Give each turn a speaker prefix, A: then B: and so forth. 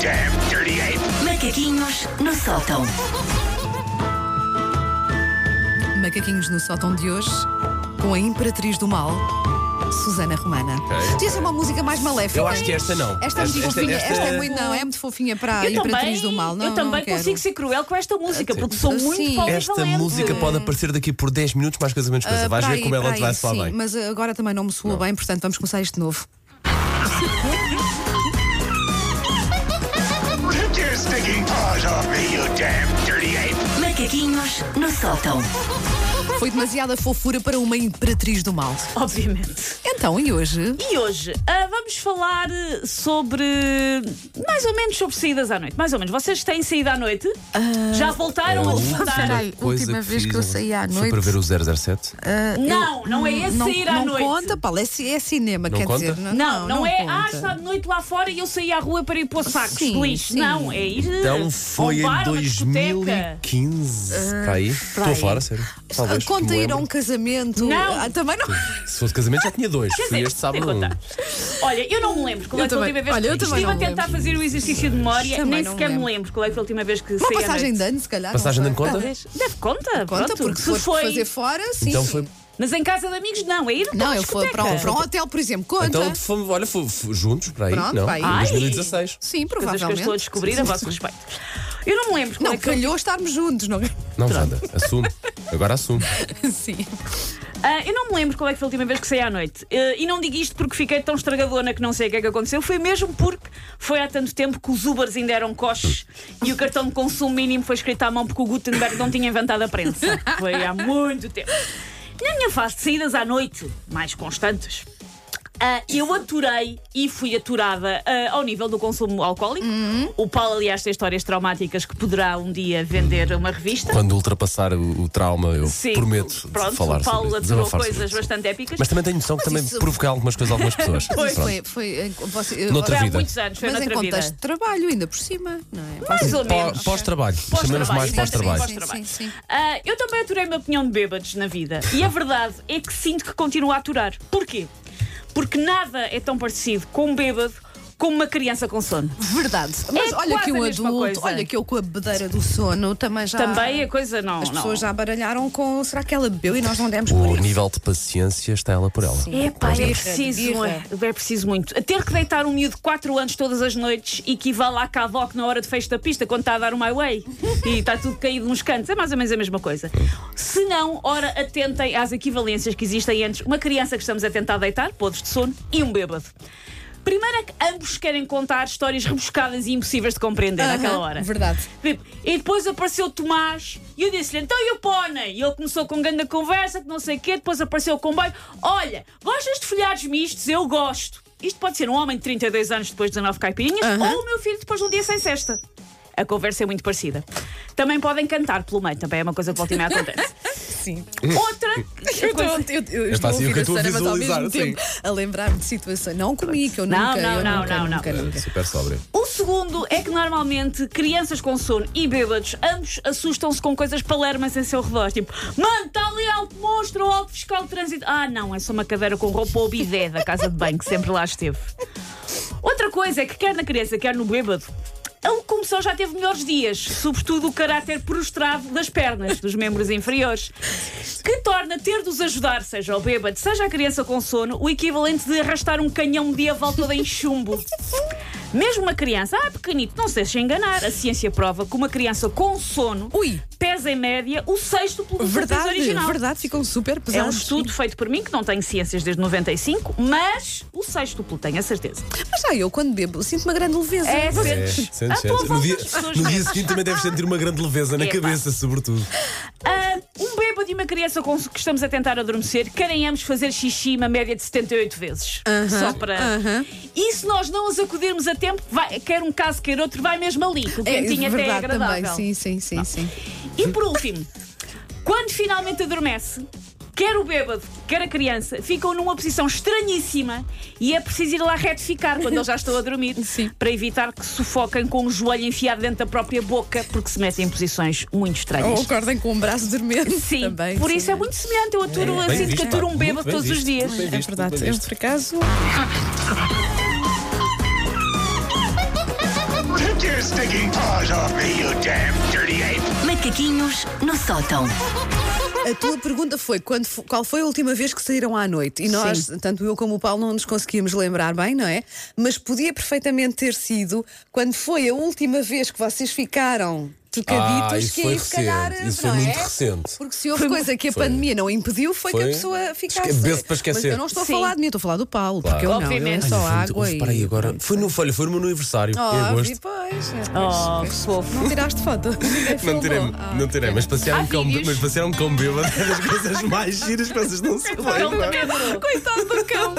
A: damn dirty ape!
B: Macaquinhos no sótão.
C: Macaquinhos no sótão de hoje com a Imperatriz do Mal, Susana Romana. Devia ser uma música mais maléfica.
D: Eu acho que esta não.
C: Esta é muito
D: Esta- esta-
C: fofinha.
D: esta-
C: Esta é muito, não, é muito fofinha para a
E: Eu
C: Imperatriz
E: também,
C: do Mal. Não,
E: eu também
C: não quero.
E: consigo ser cruel com esta música, porque sou
C: Sim.
E: muito
D: Esta
E: polivalente.
D: música pode aparecer daqui por 10 minutos, mais coisa menos coisa.
C: Ah,
D: Vais
C: para
D: ver
C: aí,
D: como ela
C: para
D: te
C: aí,
D: vai soar
C: Sim,
D: bem.
C: mas agora também não me soa bem, portanto vamos começar este novo.
A: Take your stinking paws off me, you damn dirty ape!
B: Macaquinhos no sótão.
C: Foi demasiada fofura para uma Imperatriz do Mal.
E: Obviamente.
C: Então, e hoje?
E: E hoje ah, vamos falar eh, sobre. mais ou menos sobre saídas à noite. Mais ou menos. Vocês têm saída à noite?
C: Ah,
E: Já voltaram a voltar?
F: Peraí, última vez que eu saí à
D: Foi
F: noite.
D: para ver o 007.
E: Não, não é esse sair à
C: Ah, não
E: noite.
C: conta, Paulo, é, ci- é cinema,
D: Não
C: quer
D: conta?
C: dizer. Não,
E: Não, não, é. Ah,
C: conta.
E: está de noite lá fora e eu saí à rua para ir pôr sacos
C: Sim,
E: de lixo.
C: sim.
E: Não, é ir. eh, a
D: Então
E: um
D: foi em
E: bar, a uma discoteca.
D: 2015. Está aí? Estou a falar, a sério. Talvez,
C: Conta
D: me
C: ir a
D: lembro.
C: um casamento.
E: Não.
C: Ah, também não.
D: Se fosse casamento já tinha dois.
E: Quer
D: Fui
E: dizer,
D: este sábado.
E: tem contar. Olha, eu não me lembro qual
C: Eu
E: é que foi a
C: também-
E: última vez
C: olha, eu
E: que
C: também
E: estive a
C: não me
E: tentar fazer o exercício de memória,
C: Também
E: nem
C: não me
E: sequer me lembro.
C: lembro.
E: qual é que foi a última vez que
C: Uma
E: saí à
C: passagem
E: noite.
C: de ano, se calhar. não
D: Passagem de
C: sei.
D: ano conta?
E: Talvez. Deve conta,
C: Conta,
E: pronto.
C: porque se
E: se
C: foste
E: foi.
C: fazer fora, sim.
D: Então foi.
E: Mas em casa de amigos, não, é ir para
C: Não,
E: uma
C: eu fui
E: discoteca.
C: para um, para um hotel, por exemplo. Conta.
D: Então fomos, olha, fomos juntos para aí.
C: Pronto,
D: não,
C: vai.
D: em 2016.
C: Sim,
E: Coisas que eu
C: provavelmente.
E: estou a descobrir a vosso respeito. Eu não me lembro qual
C: Não,
E: é que foi.
C: calhou estarmos juntos, não? é?
D: Não, Wanda, assume. Agora assume.
C: Sim.
E: Ah, eu não me lembro qual é que foi a última vez que saí à noite. Eh, e não digo isto porque fiquei tão estragadona que não sei o que é que aconteceu. Foi mesmo porque foi há tanto tempo que os Ubers ainda eram coches e o cartão de consumo mínimo foi escrito à mão porque o Gutenberg não tinha inventado a prensa. Foi há muito tempo. Na minha fase de saídas à noite, mais constantes, ah, eu aturei e fui aturada ah, ao nível do consumo alcoólico.
D: Uhum.
E: O Paulo, aliás, tem histórias traumáticas que poderá um dia vender uma revista.
D: Quando ultrapassar o, o trauma, eu prometo
E: pronto,
D: falar
E: o Paulo
D: sobre isso, é
E: aturou
D: desabafar sobre
E: coisas
D: isso.
E: bastante épicas.
D: Mas também tenho noção que também
C: isso-
D: provoquei algumas coisas a algumas pessoas.
E: Pois.
D: Pronto.
C: Foi, foi em- você- eh,
D: Noutra
E: Foi há
D: vida.
E: muitos anos, foi
C: Mas em
E: noutra
C: contexto
E: vida.
C: de trabalho, ainda por cima, não é?
E: Mais ou
D: Pó-
E: menos.
D: Pós-trabalho. Chamemos mais
C: sim,
E: assim,
D: pós-trabalho.
C: sim, sim, sim, sim.
E: Ah, eu também aturei uma opinião de bêbados na vida. E a verdade é que sinto que continuo a aturar. Porquê? Porque nada é tão parecido com um bêbado como uma criança com sono.
C: Verdade. Mas olha
E: É quase
C: que
E: a
C: um
E: mesma
C: adulto,
E: coisa.
C: olha que eu com a bedeira do sono também já.
E: Também a coisa não.
C: As
E: não.
C: pessoas já baralharam com será que ela bebeu e nós não demos por
D: O
C: isso?
D: nível de paciência está ela por ela.
E: É pá, é
C: Birra,
E: preciso, é,
C: birra.
E: é preciso muito. A ter que deitar um miúdo de 4 anos todas as noites equivale à cavoque na hora de fecho da pista quando está a dar o my way e está tudo caído nos cantos. É mais ou menos a mesma coisa. Se não, ora, atentem às equivalências que existem entre uma criança que estamos a tentar deitar, podres de sono, e um bêbado. Primeiro é que ambos querem contar histórias rebuscadas e impossíveis de compreender
C: Aham,
E: naquela hora.
C: Verdade.
E: Tipo, E depois apareceu o Tomás e eu disse-lhe, então e o Pônei? E ele começou com grande conversa, que não sei o quê, depois apareceu o comboio. Olha, gostas de folhados mistos? Eu gosto. Isto pode ser um homem de 32 anos depois de 19 caipirinhas ou o meu filho depois de um dia sem cesta. A conversa é muito parecida. Também podem cantar pelo meio, também é uma coisa que volta e meia acontece.
C: Sim.
E: Outra
C: Eu,
E: é coisa-
C: tô- eu- eu estou a
D: fácil,
C: ouvir
D: eu
C: a
D: estou a
C: Susana, mas ao
D: visualizar,
C: mesmo
D: sim.
C: tempo a lembrar-me de situações. Não comigo, eu
E: Não,
C: nunca.
E: não,
C: eu
E: não,
C: nunca,
E: não, não.
C: nunca, nunca.
D: É Super sóbria.
E: O segundo é que normalmente crianças com sono e bêbados, ambos assustam-se com coisas palermas em seu redor. Tipo, mano, está ali alto monstro ou alto fiscal de trânsito. Ah, não, é só uma cadeira com roupa ou bidé da casa de banho que sempre lá esteve. Outra coisa é que, quer na criança, quer no bêbado, é um ele começou já teve melhores dias, sobretudo o caráter prostrado das pernas, dos membros inferiores, que torna ter de os ajudar, seja ao bêbado, seja à criança com sono, o equivalente de arrastar um canhão medieval todo em chumbo. Mesmo uma criança, ah, pequenito, não se deixe enganar, a ciência prova que uma criança com sono
C: Ui.
E: pesa em média o sexto do seu peso
C: Verdade,
E: original.
C: verdade, ficam super
E: É um
C: pesados.
E: estudo feito por mim, que não tenho ciências desde 95, mas o sextuplo, tenho a certeza.
C: Mas já eu, quando bebo, sinto uma grande leveza.
E: É,
C: Vocês-
E: sentes.
D: sente,
E: Ah,
D: sente.
E: pô,
D: No
E: volta
D: dia,
E: as pessoas
D: no
E: mesmo.
D: dia seguinte também deves sentir uma grande leveza na
E: Epá.
D: cabeça, sobretudo.
E: Ah, um bêbado e uma criança com que estamos a tentar adormecer querem ambos fazer xixi uma média de 78 vezes. Só para. E se nós não os acudirmos a tempo, vai- quer um caso, quer outro, vai mesmo ali, que o
C: É,
E: quentinho até é
C: verdade
E: agradável.
C: também. Sim, sim, sim, sim.
E: E por último, quando finalmente adormece, quer o bêbado, quer a criança, ficam numa posição estranhíssima e é preciso ir lá retificar quando eles já estão a dormir
C: Sim.
E: para evitar que sufoquem com o joelho enfiado dentro da própria boca porque se metem em posições muito estranhas.
C: Ou acordem com um braço dormente.
E: Sim,
C: também,
E: por
C: sim.
E: isso é muito semelhante. Eu aturo,
D: É, Bem
E: sinto que
D: visto,
E: aturo
D: pá.
E: um bêbado
D: Muito bem
E: todos os
D: visto,
E: dias.
D: muito bem
C: É
D: visto, muito
C: verdade.
D: bem
C: Eu,
D: visto.
C: por acaso,
A: Take your stinking paws off me, you damn dirty ape!
B: Macaquinhos no sótão.
C: A tua pergunta foi quando fo- qual foi a última vez que saíram à noite? E nós, tanto eu como o Paulo, não nos conseguíamos lembrar bem, não é? Mas podia perfeitamente ter sido quando foi a última vez que vocês ficaram tocaditos,
D: Ah, isso
C: que
D: foi
C: aí se calhar.
D: recente, isso
C: não
D: foi
C: é?
D: muito recente.
C: Porque se houve coisa que a
D: Foi.
C: pandemia não impediu, foi, que
D: Foi.
C: a pessoa ficasse.
D: Esque- bebe para esquecer.
C: Mas eu não estou
E: Sim.
C: a falar de mim, eu estou a falar do Paulo, porque eu não, eu é
E: Obviamente.
C: só
D: Olha, foi muito-
C: água
D: houve, para aí
C: e.
D: agora. Foi no, olha, foi no meu aniversário,
C: Oh,
E: Ah,
D: em agosto.
C: depois.
E: Oh, fofo.
C: Não tiraste foto. Ninguém
D: Não
C: filmou.
D: tirei,
C: Ah,
D: não tirei, mas passear
E: um Há
D: um cão,
E: vídeos? Então,
D: mas passear um
E: um
D: cão bêbado é das coisas mais giras que vocês não se
E: Ele também adorou.
C: Coitado do cão.